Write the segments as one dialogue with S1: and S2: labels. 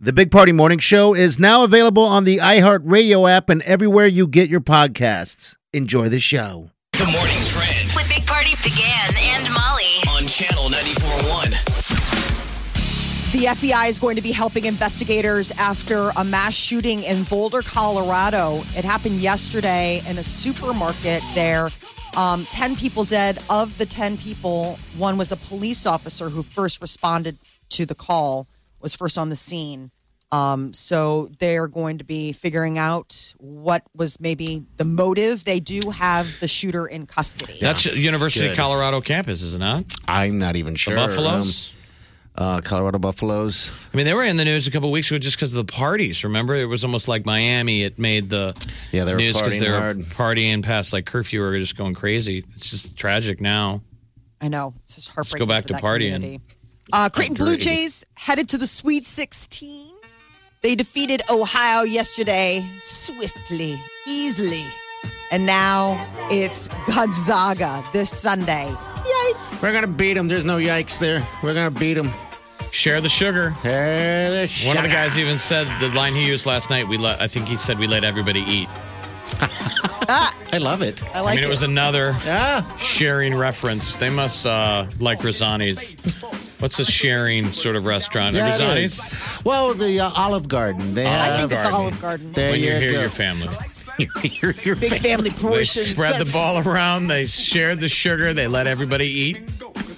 S1: The Big Party Morning Show is now available on the iHeartRadio app and everywhere you get your podcasts. Enjoy the show.
S2: Good morning, Trend
S3: With Big Party began and Molly.
S2: on Channel 94.1.
S4: The FBI is going to be helping investigators after a mass shooting in Boulder, Colorado. It happened yesterday in a supermarket there. Um, 10 people dead. Of the 10 people, one was a police officer who first responded to the call, was first on the scene. Um, so they're going to be figuring out what was maybe the motive. They do have the shooter in custody.
S5: That's University of
S6: Good.
S5: Colorado campus, is it not?
S6: I'm not even sure.
S5: The Buffaloes.
S6: Um, uh, Colorado Buffaloes.
S5: I mean, they were in the news a couple weeks ago just because of the parties. Remember, it was almost like Miami. It made the
S6: Yeah, they were
S5: news because
S6: partying
S5: they were
S6: hard.
S5: partying past like curfew or just going crazy. It's just tragic now.
S4: I know. It's just heartbreaking.
S5: go back
S4: for
S5: to
S4: that
S5: partying.
S4: community. Uh, Creighton Blue
S6: Agreed.
S4: Jays headed to the Sweet 16. They defeated Ohio yesterday swiftly, easily. And now it's Gonzaga this Sunday. Yikes.
S6: We're gonna beat them. There's no yikes there. We're gonna beat them.
S5: Share the sugar. One of the guys even said the line he used last night. We let, I think he said we let everybody eat.
S6: I love it.
S4: Ah, I
S5: I
S4: like
S5: mean, it
S4: it.
S5: was another
S6: Ah,
S5: sharing reference. They must uh, like Rosani's. What's a sharing sort of restaurant?
S6: yeah, it
S5: Rosani's.
S6: is. Well, the uh, Olive Garden. They
S4: I
S6: have
S4: think it's
S5: Garden.
S4: Olive Garden.
S6: there
S5: When
S6: you
S5: you're here,
S6: go.
S5: your family.
S6: Your- your
S4: Big
S6: fa-
S4: family
S5: They
S4: portions.
S5: spread the
S4: That's-
S5: ball around. They shared the sugar. They let everybody eat.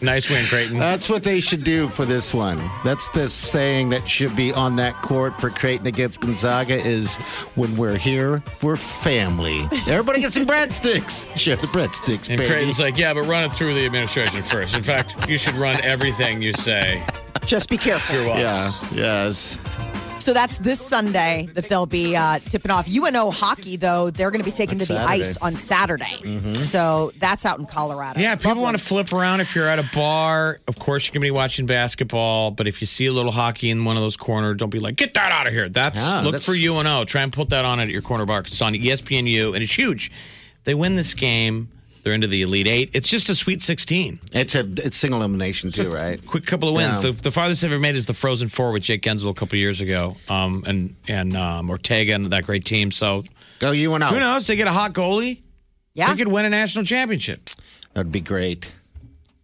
S5: Nice win, Creighton.
S6: That's what they should do for this one. That's the saying that should be on that court for Creighton against Gonzaga is when we're here, we're family. Everybody get some breadsticks. Share the breadsticks,
S5: and
S6: baby.
S5: Creighton's like, yeah, but run it through the administration first. In fact, you should run everything you say
S4: Just be careful.
S5: through
S6: Yeah,
S5: us.
S6: yes.
S4: So that's this Sunday that they'll be uh, tipping off. UNO hockey, though, they're going to be taken
S6: That's
S4: to the
S6: Saturday. Mm-hmm.
S4: ice on Saturday. So that's out in Colorado.
S5: Yeah, people
S4: Lovely.
S5: want to flip around if you're at a bar. Of course, you're going to be watching basketball, but if you see a little hockey in one of those corner, don't be like, get that out of here. That's
S6: Yeah,
S5: look
S6: that's-
S5: for UNO. Try and put that on at your corner bar. It's on E ESPNU, and it's huge. They win this game. They're into the Elite Eight. It's just a Sweet 16.
S6: It's a it's single elimination too, right?
S5: quick couple of wins.
S6: Yeah.
S5: The, the farthest I've ever made is the Frozen Four with Jake Gensel a couple of years ago, um, and and um, Ortega and that great team. So
S6: Go you and
S5: who
S6: out.
S5: knows? They get a hot goalie,
S4: Yeah.
S5: they could win a national championship.
S6: That'd be great.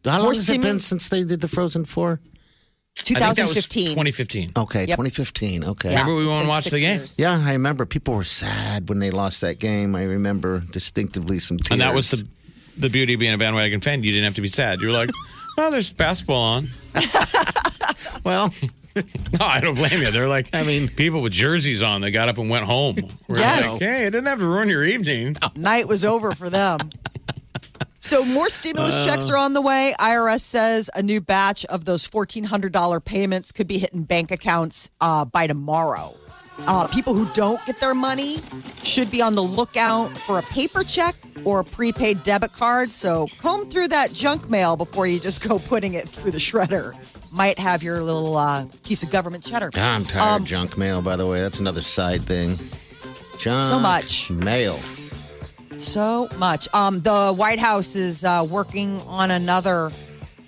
S6: How long
S4: More
S6: has it been
S4: stimulus-
S6: since they did the Frozen Four?
S5: I think that was
S4: 2015.
S5: 2015.
S6: Okay,
S4: Yep.
S6: 2015. Okay.
S4: Yeah,
S5: Remember we
S4: it's
S5: won't
S4: been
S5: watch
S4: six
S5: the game?
S4: years.
S6: Yeah, I remember people were sad when they lost that game. I remember distinctively some tears.
S5: And that was the the beauty of being a bandwagon fan. You didn't have to be sad. You were like, oh, there's basketball on.
S6: well,
S5: No, I don't blame you. They're like,
S6: I mean-
S5: people with jerseys on. They got up and went home. We're
S4: Yes. Oh,
S5: like, hey, it didn't have to ruin your evening.
S4: night was over for them. So more stimulus
S5: Uh.
S4: checks are on the way. IRS says a new batch of those fourteen hundred dollar payments could be hitting bank accounts uh, by tomorrow. Uh, people who don't get their money should be on the lookout for a paper check or a prepaid debit card. So comb through that junk mail before you just go putting it through the shredder. Might have your little uh, piece of government cheddar.
S6: I'm tired
S4: Um,
S6: of junk mail. By the way, that's another side thing. Junk
S4: much.
S6: mail.
S4: so much. Um, the White House is uh, working on another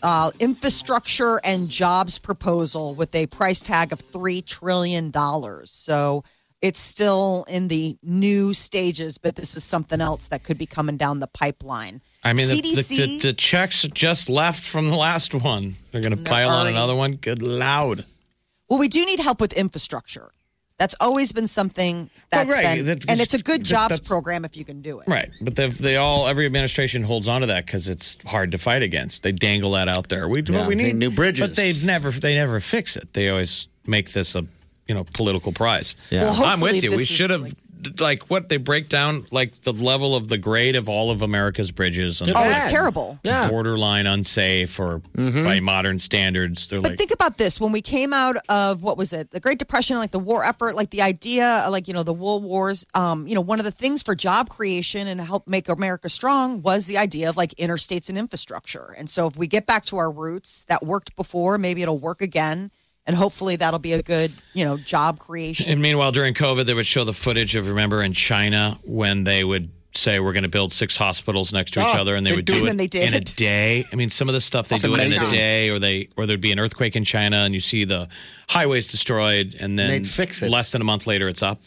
S4: uh, infrastructure and jobs proposal with a price tag of three trillion dollars. So it's still in the new stages, but this is something else that could be coming down the pipeline.
S5: I mean, the,
S4: CDC.
S5: the, the, the checks just left from the last one. They're going to pile on
S4: already-
S5: another one. Good loud.
S4: well, we do need help with infrastructure. That's always been something
S5: Well,
S4: that's
S5: right.
S4: been,
S5: That-
S4: and it's a good
S5: that-
S4: jobs
S5: that's-
S4: program if you can do it.
S5: Right, but they they all every administration holds on to that because it's hard to fight against. They dangle that out there. We do what
S6: Yeah,
S5: we
S6: they
S5: need
S6: new bridges.
S5: but they never they never fix it. They always make this a you know political prize.
S6: Yeah.
S4: Well,
S5: I'm with
S4: hopefully
S5: you. We
S4: this is
S5: should have
S4: like-
S5: like what they break down like the level of the grade of all of America's bridges and
S6: Oh,
S4: Oh, it's
S6: Bad.
S4: terrible.
S6: Yeah.
S5: borderline unsafe or
S6: Mm-hmm.
S5: by modern standards. They're
S4: But
S5: like
S4: think about this: when we came out of what was it, the Great Depression, like the war effort, like the idea, like you know, the world wars. Um, you know, one of the things for job creation and help make America strong was the idea of like interstates and infrastructure. And so, if we get back to our roots that worked before, maybe it'll work again, and hopefully that'll be a good you know job creation.
S5: And meanwhile, during COVID, they would show the footage of remember in China when they would say we're going to build six hospitals next to each
S6: Oh,
S5: other, and they
S6: they
S5: would
S6: do
S5: do
S4: it.
S5: it
S4: And they did.
S5: in a day. I mean, some of the stuff they
S6: That's
S5: do it in a
S6: amazing.
S5: day, or they or there'd be an earthquake in China, and you see the highways destroyed, and then
S6: They'd fix it.
S5: less than a month later, it's up.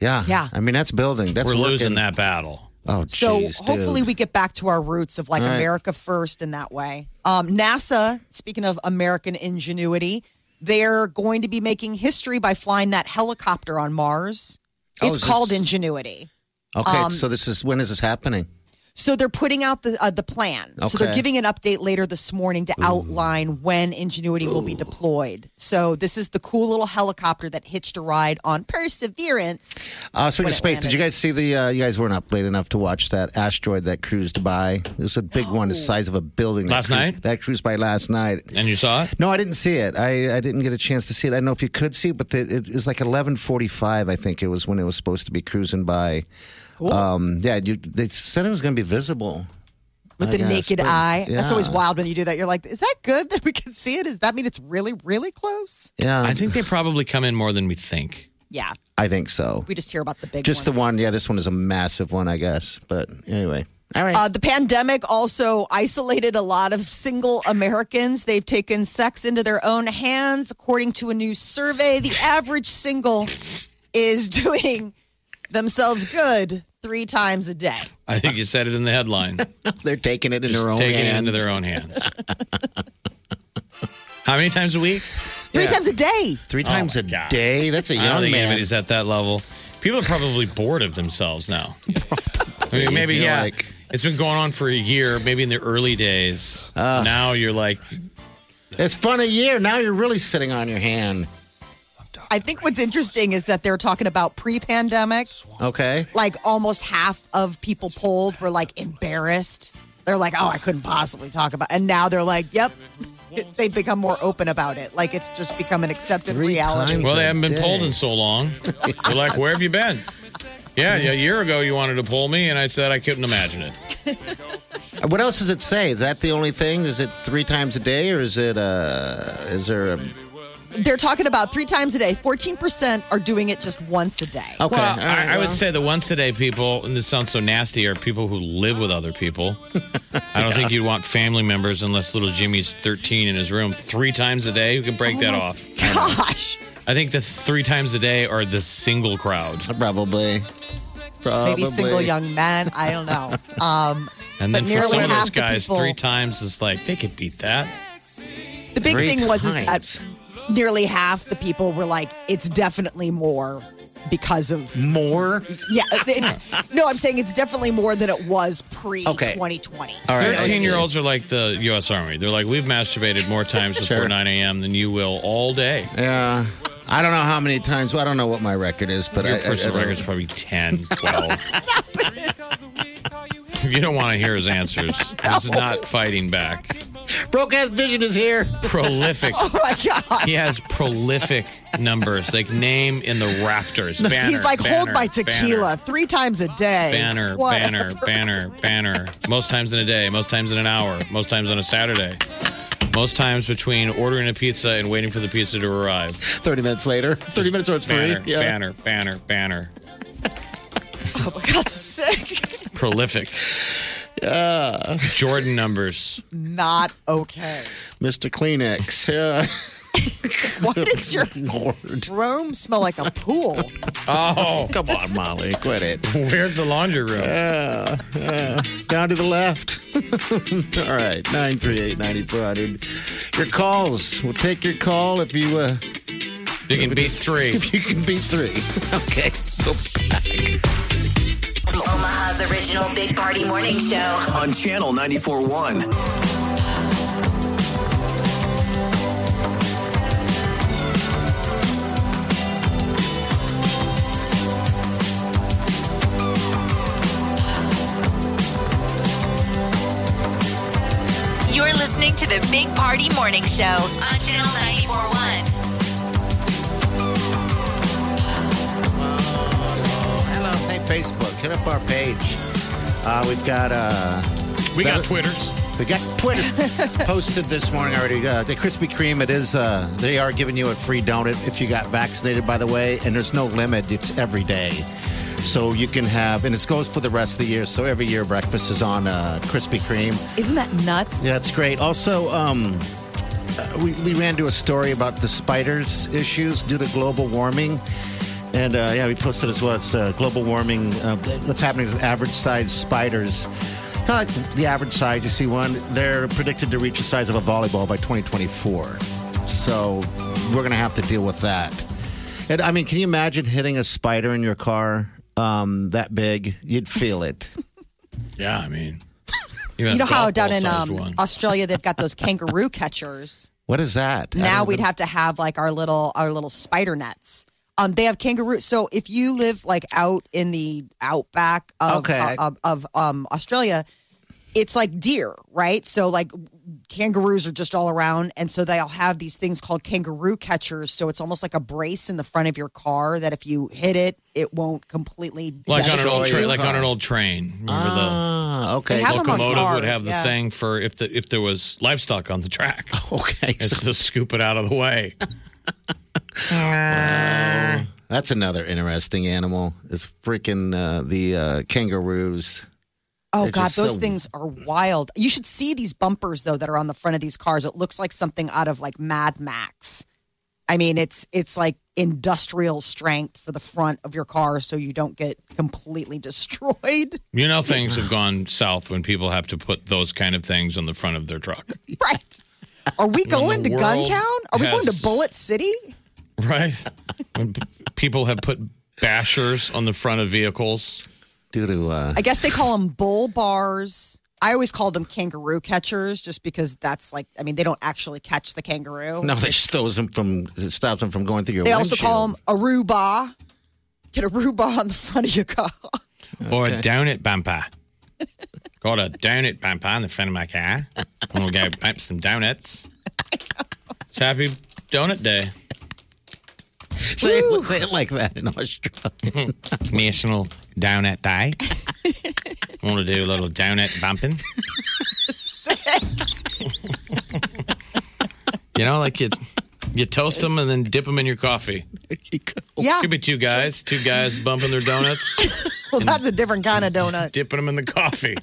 S6: Yeah.
S4: Yeah.
S6: I mean, that's building. That's
S5: we're losing
S6: working.
S5: that battle.
S6: Oh,
S4: So
S6: jeez,
S4: hopefully
S6: dude.
S4: we get back to our roots of like
S6: All right.
S4: America first in that way. Um, NASA, speaking of American ingenuity, they're going to be making history by flying that helicopter on Mars.
S6: Oh,
S4: It's
S6: is this-
S4: called ingenuity.
S6: Okay,
S4: um,
S6: so this is when is this happening?
S4: So they're putting out the uh, the plan. So they're
S6: Okay.
S4: giving an update later this morning to outline when Ingenuity will be deployed. So this is the cool little helicopter that hitched a ride on Perseverance.
S6: Uh, speaking
S4: When
S6: of
S4: it
S6: space, did you guys see the? Uh, you guys weren't up late enough to watch that asteroid that cruised by. It was a big one, the size of a building. that
S5: Last
S6: cruised-
S5: night?
S6: that cruised by last night.
S5: And you saw it.
S6: No, I didn't see it. I, I didn't get a chance to see it. I don't know if you could see, it, but the, it was like eleven forty five. I think it was when it was supposed to be cruising by. Um, yeah, you, they said it was going to be visible.
S4: With
S6: I
S4: the
S6: guess,
S4: naked
S6: but-
S4: eye. That's always
S6: yeah.
S4: wild when you do that. You're like, is that good that we can see it? Does that mean it's really, really close?
S6: Yeah,
S5: I think they probably come in more than we think.
S4: Yeah.
S6: I think so.
S4: We just hear about the big
S6: Just the
S4: ones.
S6: one. Yeah, this one is a massive one, I guess. But anyway, all right.
S4: Uh, the pandemic also isolated a lot of single Americans. They've taken sex into their own hands. According to a new survey, the average single is doing themselves good three times a day.
S5: I think you said it in the headline.
S6: They're taking it in their own
S5: Taking
S6: hands.
S5: it into their own hands. How many times a week?
S4: Three times a day.
S6: Three times
S5: Oh my
S6: a
S5: God.
S6: day. That's a
S5: I don't
S6: young
S5: think
S6: man.
S5: anybody's at that level. People are probably bored of themselves now. I mean, maybe
S6: You're
S5: yeah.
S6: like-
S5: it's been going on for a year. Maybe in the early days. now you're like,
S6: It's fun a year. Now you're really sitting on your hand.
S4: I think what's interesting is that they're talking about pre pandemic.
S6: Okay.
S4: Like almost half of people polled were like embarrassed. They're like, oh, I couldn't possibly talk about And now they're like, yep. They've become more open about it. Like it's just become an accepted
S6: Three
S4: reality.
S6: times
S5: well, they
S6: a
S5: haven't been
S6: day.
S5: polled in so long. They're like, where have you been? Yeah, a year ago you wanted to poll me, and I said I couldn't imagine it.
S6: What else does it say? Is that the only thing? Is it three times a day, or is it? Uh, is there a? Okay.
S4: They're talking about three times a day. 14% are doing it just once a day.
S5: Well,
S6: all
S5: I,
S6: right,
S5: I would
S6: well.
S5: say the once a day people, and this sounds so nasty, are people who live with other people. I don't think you'd want family members unless little Jimmy's 13 in his room three times a day. You can
S6: Oh
S5: break that off.
S4: Gosh.
S5: I think the three times a day are the single crowd.
S6: probably. Probably.
S4: Maybe single young men. I don't know. Um,
S5: And then
S4: But
S5: for
S4: nearly
S5: some of
S4: half
S5: those
S4: the
S5: guys,
S4: people-
S5: three times is like they could beat that.
S4: the big
S6: Three
S4: thing was is that
S6: times.
S4: nearly half the people were like, it's definitely more because of.
S6: More.
S4: Yeah. It's, no, I'm saying it's definitely more than it was pre
S6: Okay.
S4: 2020.
S6: All right. I see.
S5: Thirteen year olds are like the U.S. Army. They're like we've masturbated more times before
S6: Sure.
S5: 9 a.m. than you will all day.
S6: Yeah. I don't know how many times. Well, I don't know what my record is, but
S5: Your
S6: I, I-
S5: personal
S6: I don't-
S5: record's probably 10, 12. you don't want to hear his answers. This is not fighting back.
S6: Broadcast vision is here.
S5: Prolific.
S4: Oh my God.
S5: He has prolific numbers, like name in the rafters. Banner,
S4: He's like, hold
S5: banner,
S4: my
S5: banner."
S4: tequila three times a day.
S5: banner,
S4: Whatever.
S5: banner, banner, banner. Most times in a day, most times in an hour, most times on a Saturday, most times between ordering a pizza and waiting for the pizza to arrive.
S6: Thirty minutes later. Thirty minutes or it's
S5: Banner,
S6: free. Yeah.
S5: banner, banner, banner.
S4: Oh my God, so sick.
S5: Prolific. Jordan numbers.
S4: Not okay.
S6: Mr. Kleenex. Yeah.
S4: Why does your
S6: Lord.
S4: room smell like a pool?
S5: Oh,
S6: Come on, Molly. Quit it.
S5: where's the laundry room?
S6: down to the left. All right, 938-9400. Your calls. We'll take your call if you uh,
S5: You can beat three.
S6: if you can beat three. okay. Go back.
S3: Omaha's original Big Party Morning Show.
S2: On Channel 94.1.
S3: to the Big Party Morning Show on Channel 941.
S6: Hello, hey Facebook, hit up our page. Uh, we've got uh,
S5: We got
S6: That-
S5: Twitters.
S6: we got Twitter posted this morning already. Uh, the Krispy Kreme, it is uh, they are giving you a free donut if you got vaccinated, by the way, and there's no limit. It's every day, so you can have, and it goes for the rest of the year. So every year, breakfast is on uh, Krispy Kreme.
S4: Isn't that nuts?
S6: Yeah, it's great. Also, um, uh, we, we ran into a story about the spiders issues due to global warming. And uh, yeah, we posted as well. It's uh, global warming. Uh, what's happening is average sized spiders. Kind of like the- the average size, you see one, they're predicted to reach the size of a volleyball by 2024. So we're going to have to deal with that. And I mean, can you imagine hitting a spider in your car um, that big? You'd feel it.
S5: Yeah, I mean,
S4: You know how down in um, Australia they've got those kangaroo catchers.
S6: What is that? I
S4: now
S6: don't
S4: we'd have to have like our little our little spider nets. Um, they have kangaroo. So if you live like out in the outback of
S6: Okay.
S4: of, of um, Australia, it's like deer, right? So like kangaroos are just all around, and so they'll have these things called kangaroo catchers. So it's almost like a brace in the front of your car that if you hit it, it won't completely
S5: like on an old
S6: Destroy
S5: train,
S6: your
S5: like
S6: car.
S5: on an old train. Remember
S6: Ah, okay.
S4: They have
S5: the
S4: them on
S5: locomotive would
S4: cars,
S5: have the
S4: yeah. Oh,
S5: thing for if the if there was livestock on the track.
S6: Okay.
S5: It's to scoop it out of the way.
S6: That's another interesting animal. It's freaking uh, the uh, kangaroos.
S4: Oh
S6: They're
S4: God,
S6: just
S4: those
S6: so-
S4: things are wild. You should see these bumpers though that are on the front of these cars. It looks like something out of like Mad Max. I mean, it's it's like industrial strength for the front of your car, so you don't get completely destroyed.
S5: You know, things have gone south when people have to put those kind of things on the front of their truck,
S4: Right? Are we going to
S5: the world
S4: Guntown? Are we going to
S5: has-
S4: Bullet City?
S5: right? when p- people have put bashers on the front of vehicles.
S6: Due to uh,
S4: I guess they call them bull bars. I always called them kangaroo catchers, just because that's like. I mean, they don't actually catch the kangaroo.
S6: no, they stops them from it stops them from going through your.
S4: They also call them
S6: windshield.
S4: Aruba. Get Aruba on the front of your car.
S5: Or a donut bumper. Got a donut bumper in the front of my car. I'm going to go bump some donuts. It's happy donut day.
S6: Say it, say it like that in Australia.
S5: National Donut Day. want to do a little donut bumping. you know, like you you toast them and then dip them in your coffee.
S6: There you go.
S4: Yeah.
S5: Could be two guys, two guys bumping their donuts,
S4: Well, that's a different kind of donut.
S5: dipping them in the coffee.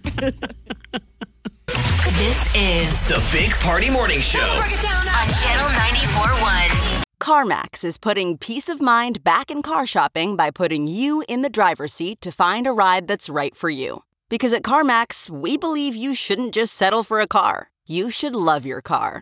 S3: This is
S2: The Big Party Morning Show.
S3: on Channel 941.
S7: CarMax is putting peace of mind back in car shopping by putting you in the driver's seat to find a ride that's right for you. Because at CarMax, we believe you shouldn't just settle for a car, you should love your car.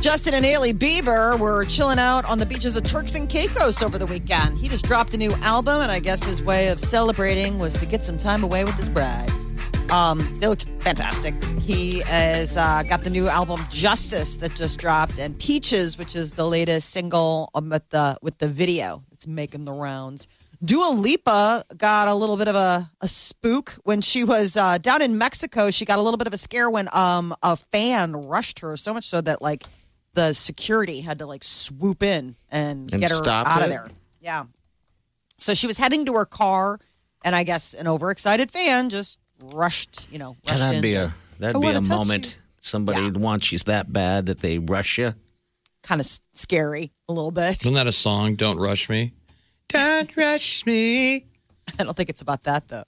S4: Justin and Haley Bieber were chilling out on the beaches of Turks and Caicos over the weekend. He just dropped a new album, and I guess his way of celebrating was to get some time away with his bride. Um, they looked fantastic. He has uh, got the new album Justice that just dropped, and Peaches, which is the latest single um, with the with the video. It's making the rounds. Dua Lipa got a little bit of a, a spook when she was uh, down in Mexico. She got a little bit of a scare when um, a fan rushed her so much so that like the security had to like swoop in and,
S6: And
S4: get her
S6: stop
S4: out
S6: it?
S4: of there. Yeah. So she was heading to her car, and I guess an overexcited fan just rushed, you know, rushed
S6: That'd
S4: in.
S6: be a that'd
S4: I
S6: be
S4: wanna
S6: a
S4: touch
S6: moment
S4: you.
S6: somebody wants you that bad that they rush you.
S4: kind of scary. a little bit.
S5: Isn't that a song? Don't rush me. Don't rush me.
S4: I don't think it's about that though.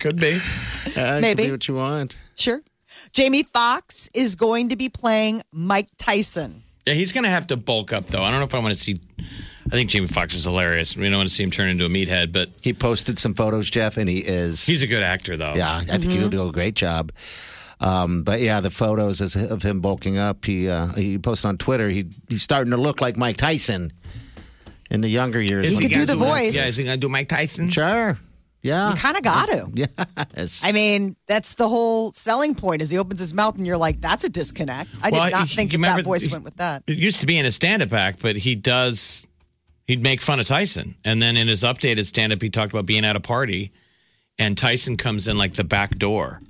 S5: Could be.
S6: Uh, it could
S4: Maybe.
S6: be what you want.
S4: Sure. Jamie Foxx is going to be playing Mike Tyson.
S5: Yeah, he's gonna have to bulk up though. I don't know if I want to see. I think Jamie Foxx is hilarious. We don't want to see him turn into a meathead, but
S6: He posted some photos, Jeff, and he is.
S5: he's a good actor though.
S6: yeah, I think
S4: Mm-hmm.
S6: he'll do a great job. Um, but yeah, the photos is of him bulking up. He uh, he posted on Twitter. He he's starting to look like Mike Tyson in the younger years.
S5: Is
S4: He
S5: he
S4: could do
S5: gonna
S4: the voice.
S5: Yeah, is he gonna do Mike Tyson?
S6: sure.
S4: You
S6: Yeah.
S4: kind of got to.
S6: Ah. Yes.
S4: I mean, that's the whole selling point. Is he opens his mouth and you're like, "That's a disconnect." I did
S5: Well,
S4: not
S5: you
S4: think that,
S5: remember-
S4: that voice went with that.
S5: It used to be in his stand-up act, but he does. He'd make fun of Tyson, and then in his updated stand-up, he talked about being at a party, and Tyson comes in like the back door.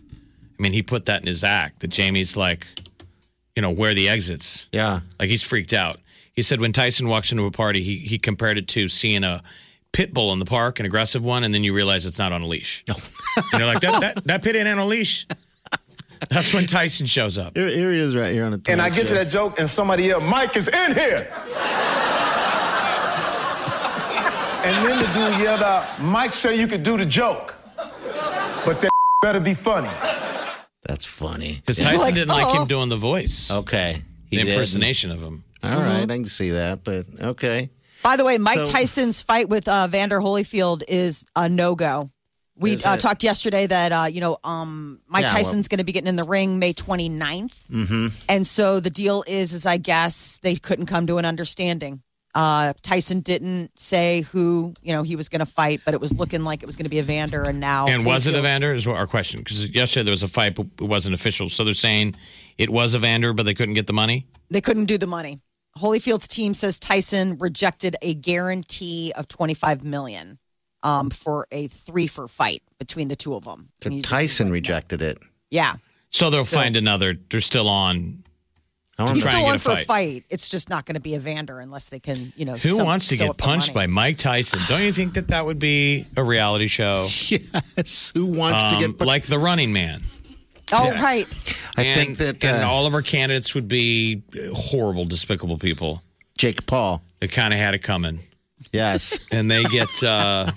S5: I mean, he put that in his act that Jamie's like, you know, where are the exits.
S6: yeah.
S5: Like he's freaked out. He said when Tyson walks into a party, he he compared it to seeing a pit bull in the park, an aggressive one, and then you realize it's not on a leash. And you're like that that, that pit ain't on a leash. That's when Tyson shows up.
S6: Here, here he is right here on the.
S8: And I get to that joke, and somebody yelled, Mike is in here. and then the dude yelled out, Mike said you could do the joke, but that better be funny.
S6: That's funny.
S5: Because Tyson
S4: Like,
S5: didn't like
S4: oh.
S5: him doing the voice,
S6: Okay. He
S5: the
S6: did.
S5: impersonation of him.
S6: All right, I can see that, but okay.
S4: By the way, Mike
S6: So-
S4: Tyson's fight with uh, Vander Holyfield is a no go. We
S6: Is
S4: uh,
S6: it?
S4: talked yesterday that uh, you know um, Mike
S6: Yeah, well-
S4: Tyson's going to be getting in the ring May 29th, mm-hmm. and so the deal is, is I guess they couldn't come to an understanding. Uh, Tyson didn't say who you know he was going to fight, but it was looking like it was going to be a Vander, and
S6: Oh,
S4: now
S5: And was it
S4: Holyfield's-
S5: Evander? Is what our question. Because yesterday there was a fight, but it wasn't official. So they're saying it was Evander, but they couldn't get the money.
S4: They couldn't do the money. Holyfield's team says Tyson rejected a guarantee of 25 million um, for a three for fight between the two of them.
S6: So
S4: And he's just
S6: Tyson
S4: like,
S6: rejected it.
S4: Yeah.
S5: So they'll find another. They're still on.
S6: I don't
S4: He's
S6: know.
S5: trying
S4: still
S5: to
S4: on
S5: get
S4: for
S5: a
S4: a fight. It's just not going to be Evander unless they can, you know.
S5: Who wants to get punched by Mike Tyson? Don't you think that that would be a reality show?
S6: Yes, Who wants to
S5: Um,
S6: get?
S5: like the running man.
S4: Oh,
S6: Yeah.
S4: right.
S6: I
S5: And-
S6: think that
S5: and
S6: uh,
S5: all of our candidates would be horrible, despicable people
S6: Jake Paul.
S5: that kind of had it coming.
S6: Yes.
S5: And they get, uh,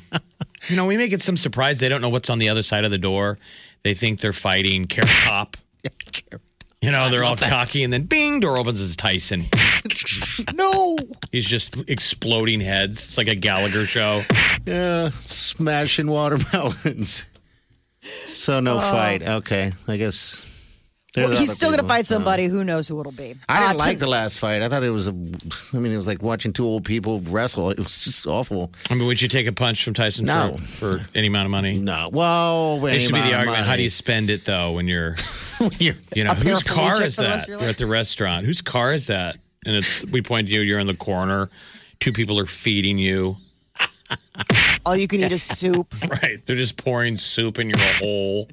S5: you know, we may get some surprise. They don't know what's on the other side of the door. They think they're fighting Carrot Top. You know, they're all cocky, and then bing, door opens. It's Tyson.
S4: No.
S5: He's just exploding heads. It's like a Gallagher show.
S6: Yeah, smashing watermelons. So no fight. Okay, I guess.
S4: Oh. Well,
S6: there's
S4: he's
S6: other
S4: still going to
S6: people.
S4: fight somebody. Who knows who it'll be?
S6: I didn't
S4: Uh,
S6: like
S4: to-
S6: the last fight. I thought it was a. I mean, it was like watching two old people wrestle. It was just awful.
S5: I mean, would you take a punch from Tyson
S6: No.
S5: for, for any amount of money?
S6: No. Well,
S5: It should be the argument. How do you spend it though when you're, you know,
S4: A
S5: whose car
S4: paraplegic
S5: is
S4: for the rest
S5: that?
S4: of your
S5: You're
S4: life?
S5: at the restaurant. Whose car is that? And it's we point to you. You're in the corner. Two people are feeding you.
S4: all you can eat is soup.
S5: Right. They're just pouring soup in your hole.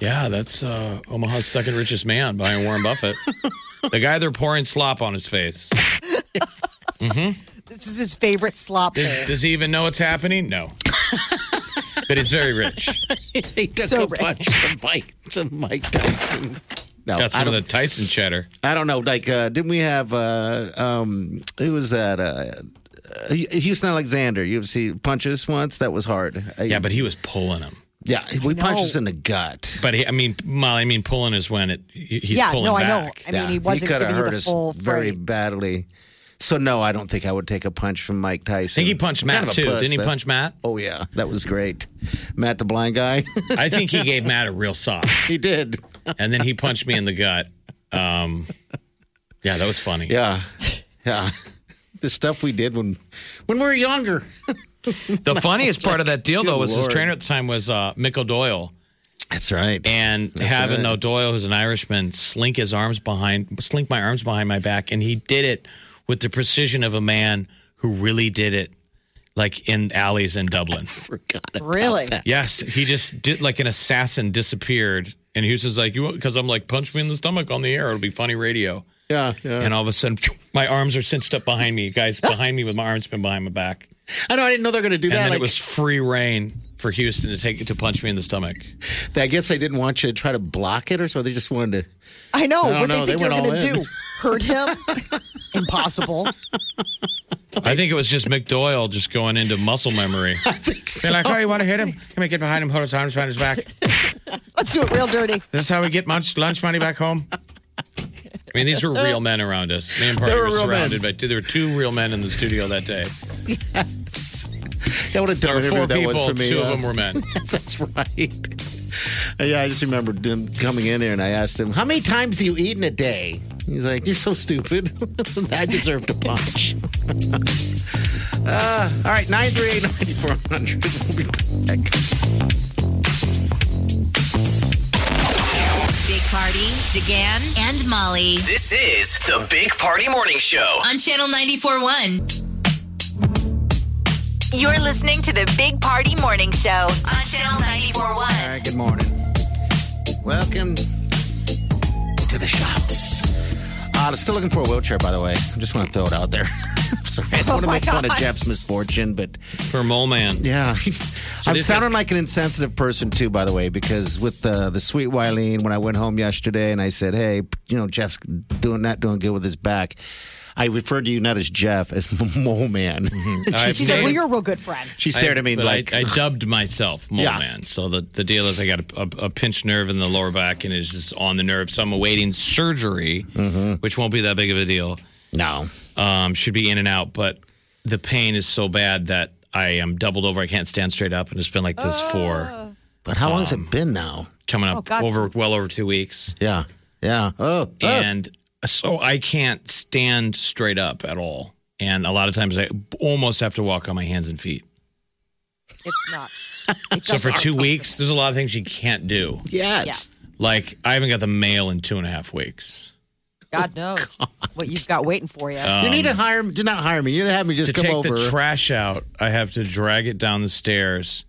S5: Yeah, that's uh, Omaha's second richest man behind Warren Buffett. the guy they're pouring slop on his face.
S4: This is his favorite slop.
S5: Does, does he even know what's happening? No. but he's very rich.
S6: he took
S4: So
S6: a
S4: rich.
S6: punch from Mike to Mike Tyson? No,
S5: Got
S6: I
S5: some of
S6: don't-
S5: the Tyson cheddar.
S6: I don't know. Like, uh, didn't we have? Uh, um, who was that? Uh, uh, Houston Alexander. UFC punches once. That was hard. I-
S5: Yeah, but he was pulling him.
S6: yeah, we punched
S4: know.
S6: us in the gut.
S5: But he, I mean, Molly, I mean, pulling is when it he- he's
S4: yeah,
S5: pulling
S4: no, I know.
S5: back.
S4: I mean,
S6: Yeah,
S4: he wasn't
S6: coulda
S4: giving you the full
S6: very
S4: fight.
S6: badly. So no, I don't think I would take a punch from Mike
S5: I
S6: Tyson.
S5: think he punched Matt
S6: Kind of a
S5: too.
S6: puss,
S5: Didn't he
S6: though.
S5: punch Matt?
S6: Oh yeah, that was great. Matt the blind guy.
S5: I think he gave Matt a real sock,
S6: he did.
S5: and then he punched me in the gut. Um, yeah, that was funny.
S6: Yeah, yeah. The stuff we did when when we were younger.
S5: The funniest part of that deal, though,
S6: Good
S5: was his
S6: Lord.
S5: trainer at the time was uh, Mick Doyle,
S6: That's right.
S5: and having
S6: right.
S5: O'Doyle, who's an Irishman, slink his arms behind, slink my arms behind my back, and he did it with the precision of a man who really did it, like in alleys in Dublin.
S6: forgot it.
S4: Really?
S5: Yes, he just did like an assassin disappeared, and Houston's like, "You," because I'm like, punch me in the stomach on the air. It'll be funny radio.
S6: Yeah, yeah.
S5: And all of a sudden, my arms are cinched up behind me. Guys behind me with my arms pinned behind my back.
S6: I know. I didn't know they were going to do
S5: And
S6: that.
S5: then
S6: Like,
S5: it was free reign for Houston to take to punch me in the stomach.
S6: I guess they didn't want you to try to block it, or so they just wanted to.
S4: I know.
S6: I don't
S4: what
S6: know.
S4: they think
S6: They
S4: are
S6: went
S4: going to
S6: all in.
S4: do? hurt him? Impossible.
S5: I think it was just McDoyle just going into muscle memory. I think so. They're like, oh, you want to hit him? Come here, get behind him, hold his arms behind his back.
S4: Let's do it real dirty.
S5: This is how we get lunch, lunch money back home. I mean, these were real men around us. Me and Party
S6: They were
S5: were
S6: real men.
S5: surrounded by two. There were two real men in the studio that day.
S6: That would have
S5: There
S6: done whatever
S5: were four
S6: that
S5: people.
S6: was for me.
S5: two of
S6: uh,
S5: them were men.
S6: That's right. yeah, I just remembered him coming in here and I asked him, How many times do you eat in a day? He's like, You're so stupid. I deserve to punch. uh, all right, 938 We'll be back.
S3: Big Party, DeGan, and Molly
S2: This is the Big Party Morning Show.
S3: on Channel 94.1. You're listening to the Big Party Morning Show on Channel 94.1.
S6: All right, good morning. Welcome to the show. Uh, I'm still looking for a wheelchair, by the way. I just want to throw it out there. Sorry, I don't want to make fun of Jeff's misfortune, but
S5: For Mole Man.
S6: yeah. I'm
S5: this
S6: sounding
S5: is-
S6: like an insensitive person, too, by the way, because with uh, the, the sweet Wileen, when I went home yesterday and I said, hey, you know, Jeff's doing not doing good with his back, I referred to you not as Jeff, as Mole Man.
S5: I've
S4: She said,
S5: named-
S4: Well, you're a real good friend.
S6: she stared
S5: Mm-hmm. I-
S6: at me
S5: but
S6: like,
S5: I, I dubbed myself Mole
S6: Yeah.
S5: Man. So the, the deal is I got a, a, a pinched nerve in the lower back and it's just on the nerve. So I'm awaiting surgery,
S6: Mm-hmm.
S5: which won't be that big of a deal.
S6: no.
S5: Um, should be in and out, but the pain is so bad that I am doubled over. I can't stand straight up, and it's been like this for
S6: But how long's
S5: Um.
S6: it been now?
S5: coming up
S4: God.
S5: over well over two weeks,
S6: Yeah. Yeah. Oh. oh.
S5: and so I can't stand straight up at all. And a lot of times I almost have to walk on my hands and feet.
S4: It's not.
S5: So for two weeks, there's a lot of things you can't do.
S6: Yes.
S5: Like I haven't got the mail in two and a half weeks.
S4: God knows what you've got waiting for you.
S6: you need to hire me. Do not hire me. You need to have me just
S5: Um, to
S6: come
S5: take
S6: over.
S5: the trash out, I have to drag it down the stairs,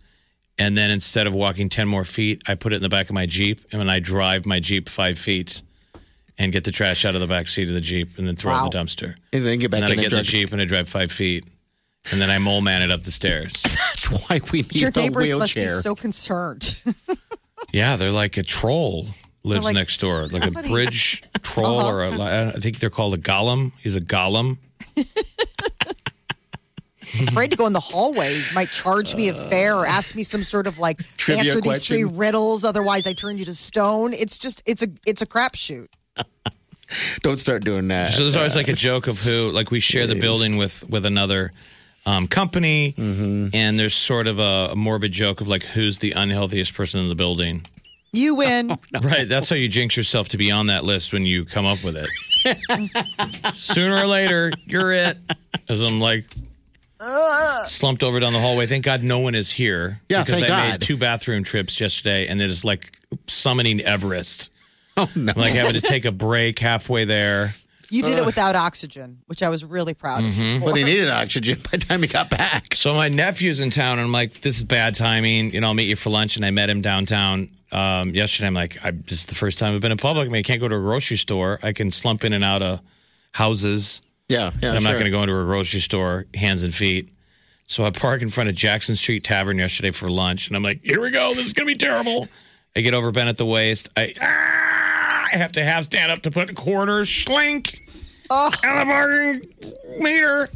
S5: and then instead of walking ten more feet, I put it in the back of my jeep, and then I drive my jeep five feet, and get the trash out of the back seat of the jeep, and then throw it in the dumpster.
S6: and then get back
S5: and then I
S6: in
S5: get
S6: and
S5: in the
S6: drive.
S5: jeep and I drive five feet, and then I mole man it up the stairs.
S6: That's why we need
S4: Your
S6: a
S4: neighbors
S6: wheelchair.
S4: must be so concerned.
S5: yeah, they're like a troll lives
S4: They're like
S5: next door, like
S4: somebody- Uh-huh.
S5: a bridge troll, or a, I think they're called a golem. He's a golem.
S4: Afraid to go in the hallway. You might charge me a fare or ask me some sort of like
S6: Trivia
S4: answer these three
S6: question.
S4: riddles, otherwise I turn you to stone. It's just it's a it's a crapshoot.
S6: Don't start doing that.
S5: So there's always like a joke of who, like we share the building with with another um, company,
S6: Mm-hmm.
S5: and there's sort of a, a morbid joke of like who's the unhealthiest person in the building.
S4: You win.
S5: Right, that's how you jinx yourself to be on that list when you come up with it. Sooner or later, you're it. As I'm like slumped over down the hallway. Thank God no one is here.
S6: Yeah,
S5: because
S6: thank
S5: I
S6: God.
S5: made two bathroom trips yesterday, and it is like summoning Everest.
S6: oh no.
S5: I'm like having to take a break halfway there.
S4: You did it without oxygen, which I was really proud of. you for.
S6: but he needed oxygen by the time he got back.
S5: So my nephew's in town, and I'm like, "This is bad timing." You know, I'll meet you for lunch, and I met him downtown um, yesterday. I'm like, I, "This is the first time I've been in public. I mean, I can't go to a grocery store. I can slump in and out of houses,
S6: Yeah. Yeah.
S5: but I'm not
S6: sure.
S5: going to go into a grocery store hands and feet." So I park in front of Jackson Street Tavern yesterday for lunch, and I'm like, "Here we go. This is going to be terrible." I get over bent at the waist. I ah, I have to have stand up to put quarters slink on the parking meter.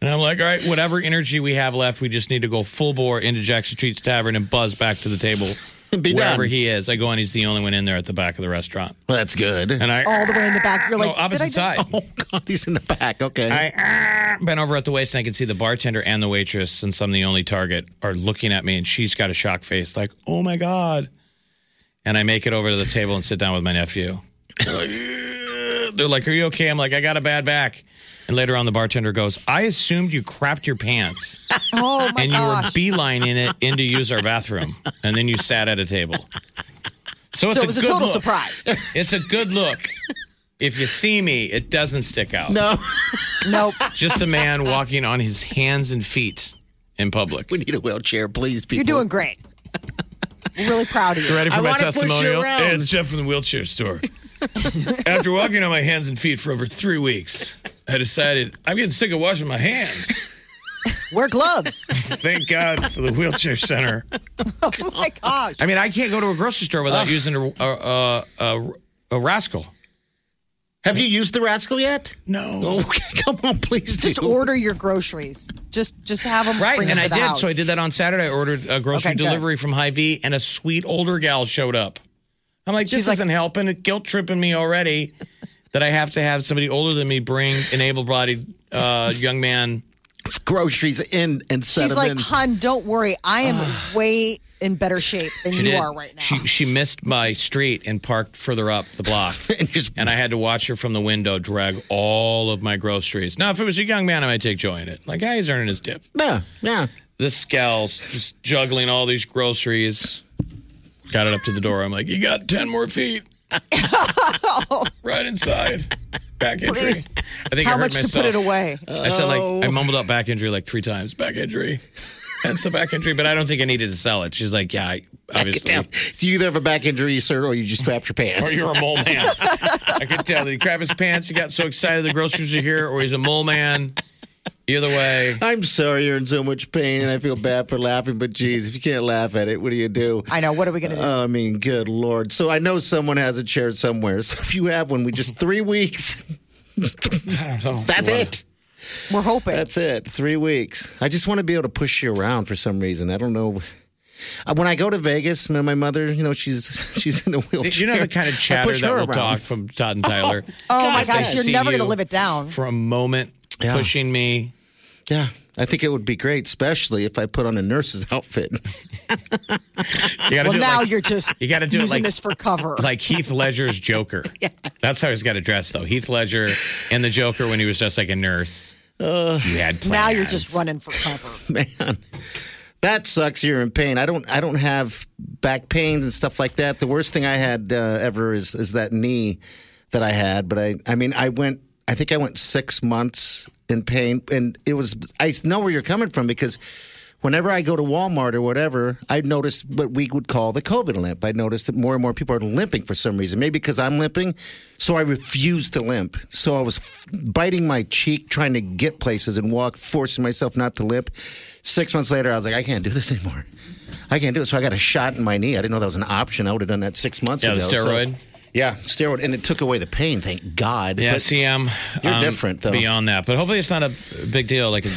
S5: And I'm like, all right, whatever energy we have left, we just need to go full bore into Jackson Street's Tavern and buzz back to the table
S6: Be
S5: wherever
S6: done.
S5: he is. I go in, he's the only one in there at the back of the restaurant.
S6: Well, that's good.
S5: And I,
S4: All the way in the back. You're
S5: no,
S4: Oh, like, did
S5: opposite
S4: I do-
S5: side.
S6: oh God, he's in the back. Okay.
S5: I ah, bent over at the waist and I can see the bartender and the waitress, since I'm the only target, are looking at me and she's got a shock face, like, oh my God. And I make it over to the table and sit down with my nephew. They're like, are you okay? I'm like, I got a bad back. And later on, the bartender goes, I assumed you crapped your pants
S4: Oh my
S5: and you were
S4: gosh.
S5: beelining it in to use our bathroom. And then you sat at a table. So it's
S4: so
S5: a
S4: it was a
S5: good
S4: total
S5: look.
S4: surprise.
S5: It's a good look. If you see me, it doesn't stick out.
S6: no.
S4: nope.
S5: Just a man walking on his hands and feet in public.
S6: We need a wheelchair, please. People.
S4: You're doing great. We're really proud of you.
S5: Ready for
S6: I
S5: my
S6: wanna push you
S5: testimonial?
S6: around.
S5: Hey, it's Jeff from the wheelchair store. After walking on my hands and feet for over three weeks, I decided I'm getting sick of washing my hands.
S4: Wear gloves.
S5: Thank God for the wheelchair center.
S4: oh my gosh.
S5: I mean, I can't go to a grocery store without using a, a, a, a, a rascal.
S6: Have you used the rascal yet?
S4: No.
S6: Okay, come on, please.
S4: Just
S6: do.
S4: order your groceries. Just just have them
S5: Right,
S4: bring
S5: and
S4: them
S5: I
S4: to the
S5: did.
S4: house.
S5: So I did that on Saturday. I ordered a grocery
S4: Okay, good.
S5: delivery from Hy-Vee, and a sweet older gal showed up. I'm like, this
S4: She's like-
S5: isn't helping. It's guilt tripping me already that I have to have somebody older than me bring an able-bodied uh, young man.
S6: groceries in and set
S4: She's
S6: them
S4: like,
S6: in.
S4: "Hun, don't worry. I am way in better shape than
S5: Ah. She
S4: you
S5: did.
S4: are right now."
S5: She she missed my street and parked further up the block,
S6: and just
S5: and I had to watch her from the window drag all of my groceries. Now, if it was a young man, I might take joy in it. Like, hey, he's earning his tip.
S6: yeah, yeah.
S5: this gal's just juggling all these groceries. Got it up to the door. I'm like, you got 10 more feet. right inside. Back injury.
S4: Please.
S5: I think
S4: How
S5: I hurt
S4: much
S5: myself.
S4: to put it away?
S5: I said, like, I mumbled out back injury like three times. Back injury. That's the back injury, but I don't think I needed to sell it. She's like, yeah, I,
S6: Get
S5: obviously.
S6: down. Do you either have a back injury, sir, or you just strapped your
S5: Or
S6: pants?
S5: you're a mole man. I could tell that he grabbed his pants. He got so excited the groceries are here, or he's a mole man. Either way,
S6: I'm sorry you're in so much pain, and I feel bad for laughing. But geez, if you can't laugh at it, what do you do?
S4: I know. What are we going to do?
S5: Uh,
S6: Oh, I mean, good lord. So I know someone has a chair somewhere. So if you have one, we just three weeks.
S5: I don't know.
S6: That's
S5: What-
S6: it.
S4: We're hoping.
S6: That's it. Three weeks. I just want to be able to push you around for some reason. I don't know. Uh, When I go to Vegas, my my mother, you know, she's she's in a wheelchair.
S5: You know the kind of
S6: I
S5: chatter
S6: push
S5: that
S6: her
S5: will
S6: around.
S5: talk from Todd and Tyler.
S4: oh my
S5: If they
S4: gosh, you're
S5: see
S4: never going to
S5: you
S4: live it down.
S5: For a moment,
S6: Yeah.
S5: pushing me.
S6: Yeah, I think it would be great, especially if I put on a nurse's outfit.
S5: You gotta
S4: Well,
S5: do it
S4: now
S5: like,
S4: you're just
S5: you gotta do it
S4: using
S5: like-
S4: this for cover.
S5: like Heath Ledger's Joker. That's how he's got to dress, though. Heath Ledger and the Joker when he was just like a nurse. you had plans.
S4: now you're just running for cover.
S6: Man, that sucks. You're in pain. I don't. I don't have back pains and stuff like that. The worst thing I had uh, ever is is that knee that I had. But I. I mean, I went. I think I went six months in pain, and it was. I know where you're coming from because. Whenever I go to Walmart or whatever, I noticed what we would call the COVID limp. I noticed that more and more people are limping for some reason. Maybe because I'm limping, so I refused to limp. So I was biting my cheek, trying to get places and walk, forcing myself not to limp. Six months later, I was like, I can't do this anymore. I can't do it. So I got a shot in my knee. I didn't know that was an option. I would have done that six months
S5: Yeah,
S6: ago.
S5: the steroid.
S6: So- yeah, steroid, and it took away the pain. Thank God.
S5: Yeah,
S6: But-
S5: see, I'm
S6: You're
S5: I'm
S6: different, though.
S5: Beyond that, but hopefully it's not a big deal. Like a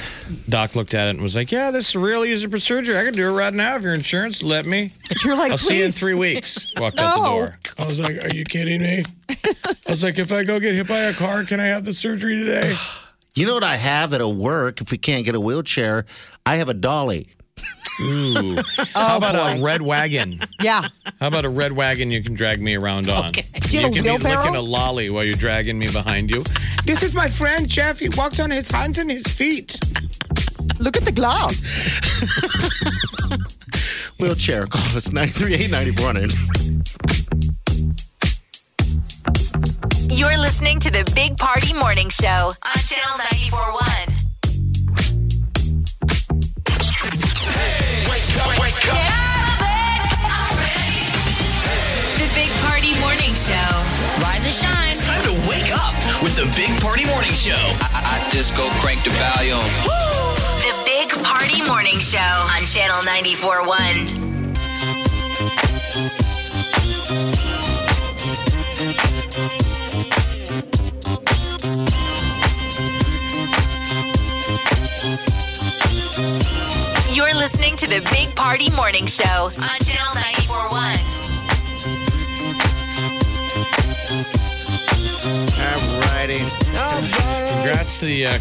S5: doc looked at it and was like, "Yeah, this is a real user procedure. I can do it right now if your insurance let me."
S4: You're like,
S5: I'll
S4: please.
S5: see you in three weeks. Walked out the
S4: No.
S5: door. I was like, "Are you kidding me?" I was like, "If I go get hit by a car, can I have the surgery today?"
S6: you know what I have that'll work if we can't get a wheelchair? I have a dolly.
S5: Ooh. How about a red wagon?
S4: Yeah.
S5: How about a red wagon you can drag me around on? You,
S4: you have a
S5: can be
S4: wheelbarrow?
S5: licking a lolly while you're dragging me behind you. This is my friend Jeff. He walks on his hands and his feet.
S4: Look at the gloves.
S6: Wheelchair. Call us 938 9400.
S3: You're listening to the Big Party Morning Show on Channel 941. Get out of bed already. The Big Party Morning Show. Rise and shine.
S2: Time to wake up with the Big Party Morning Show. I, I just go crank the volume.
S3: Woo! The Big Party Morning Show on Channel 941. You're listening to the Big Party Morning Show on Channel 941.
S6: All righty.
S5: Congrats to the uh,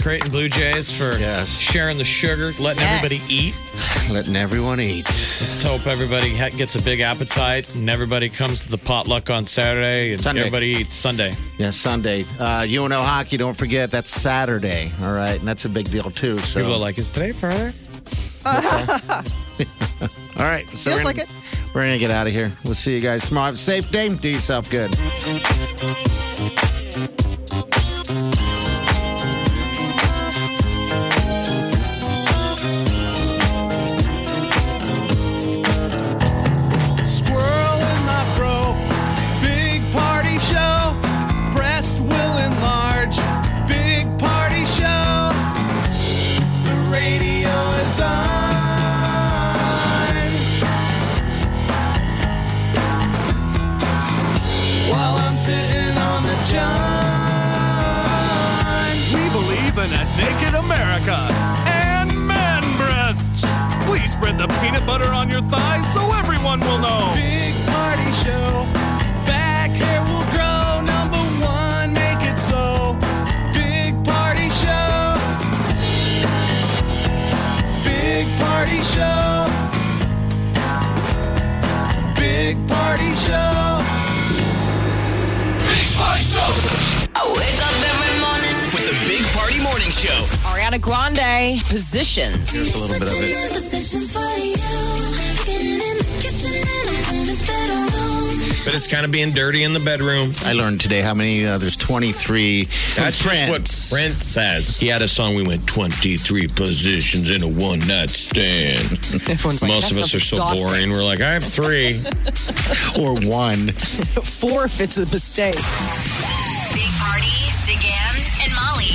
S5: Creighton Blue Jays for
S6: Yes.
S5: sharing the sugar, letting
S4: Yes.
S5: everybody eat.
S6: Letting everyone eat.
S5: Let's hope everybody ha- gets a big appetite and everybody comes to the potluck on Saturday and
S6: Sunday.
S5: everybody eats Sunday.
S6: Yeah, Sunday. Uh, UNO hockey, don't forget, that's Saturday. All right. And that's a big deal, too. So.
S5: People are like, is today Friday?
S6: All right. So
S4: Feels
S6: we're
S4: like
S6: gonna-
S4: it.
S6: We're going to get out of here. We'll see you guys tomorrow. Have a safe day. Do yourself good.
S2: Squirrel in my fro. Big party show. Breast will enlarge. Big party show. The radio is on. While I'm sitting on the john.
S5: Looking at naked America and man breasts. Please spread the peanut butter on your thighs so everyone will know. Big party show. Back hair will grow. Number one, make it so. Big party show. Big party show. Big party show. Big party show.
S3: I wake up every morning.
S2: With the Big Party Morning Show.
S4: Ariana Grande, Positions.
S2: Here's a little bit of it.
S3: Positions for you. Getting in the kitchen and I'm in the bedroom.
S9: But it's kind of being dirty in the bedroom.
S6: I learned today how many. Uh, there's 23. from
S9: That's just what
S6: France.
S9: Prince says. He had a song we went 23 positions in a one night stand.
S4: Everyone's like,
S9: Most of
S4: "That's
S9: us are so
S4: exhausting."
S9: boring. We're like, I have three.
S6: or one.
S4: Four if it's a mistake.
S3: Big Party, DeGan, and Molly.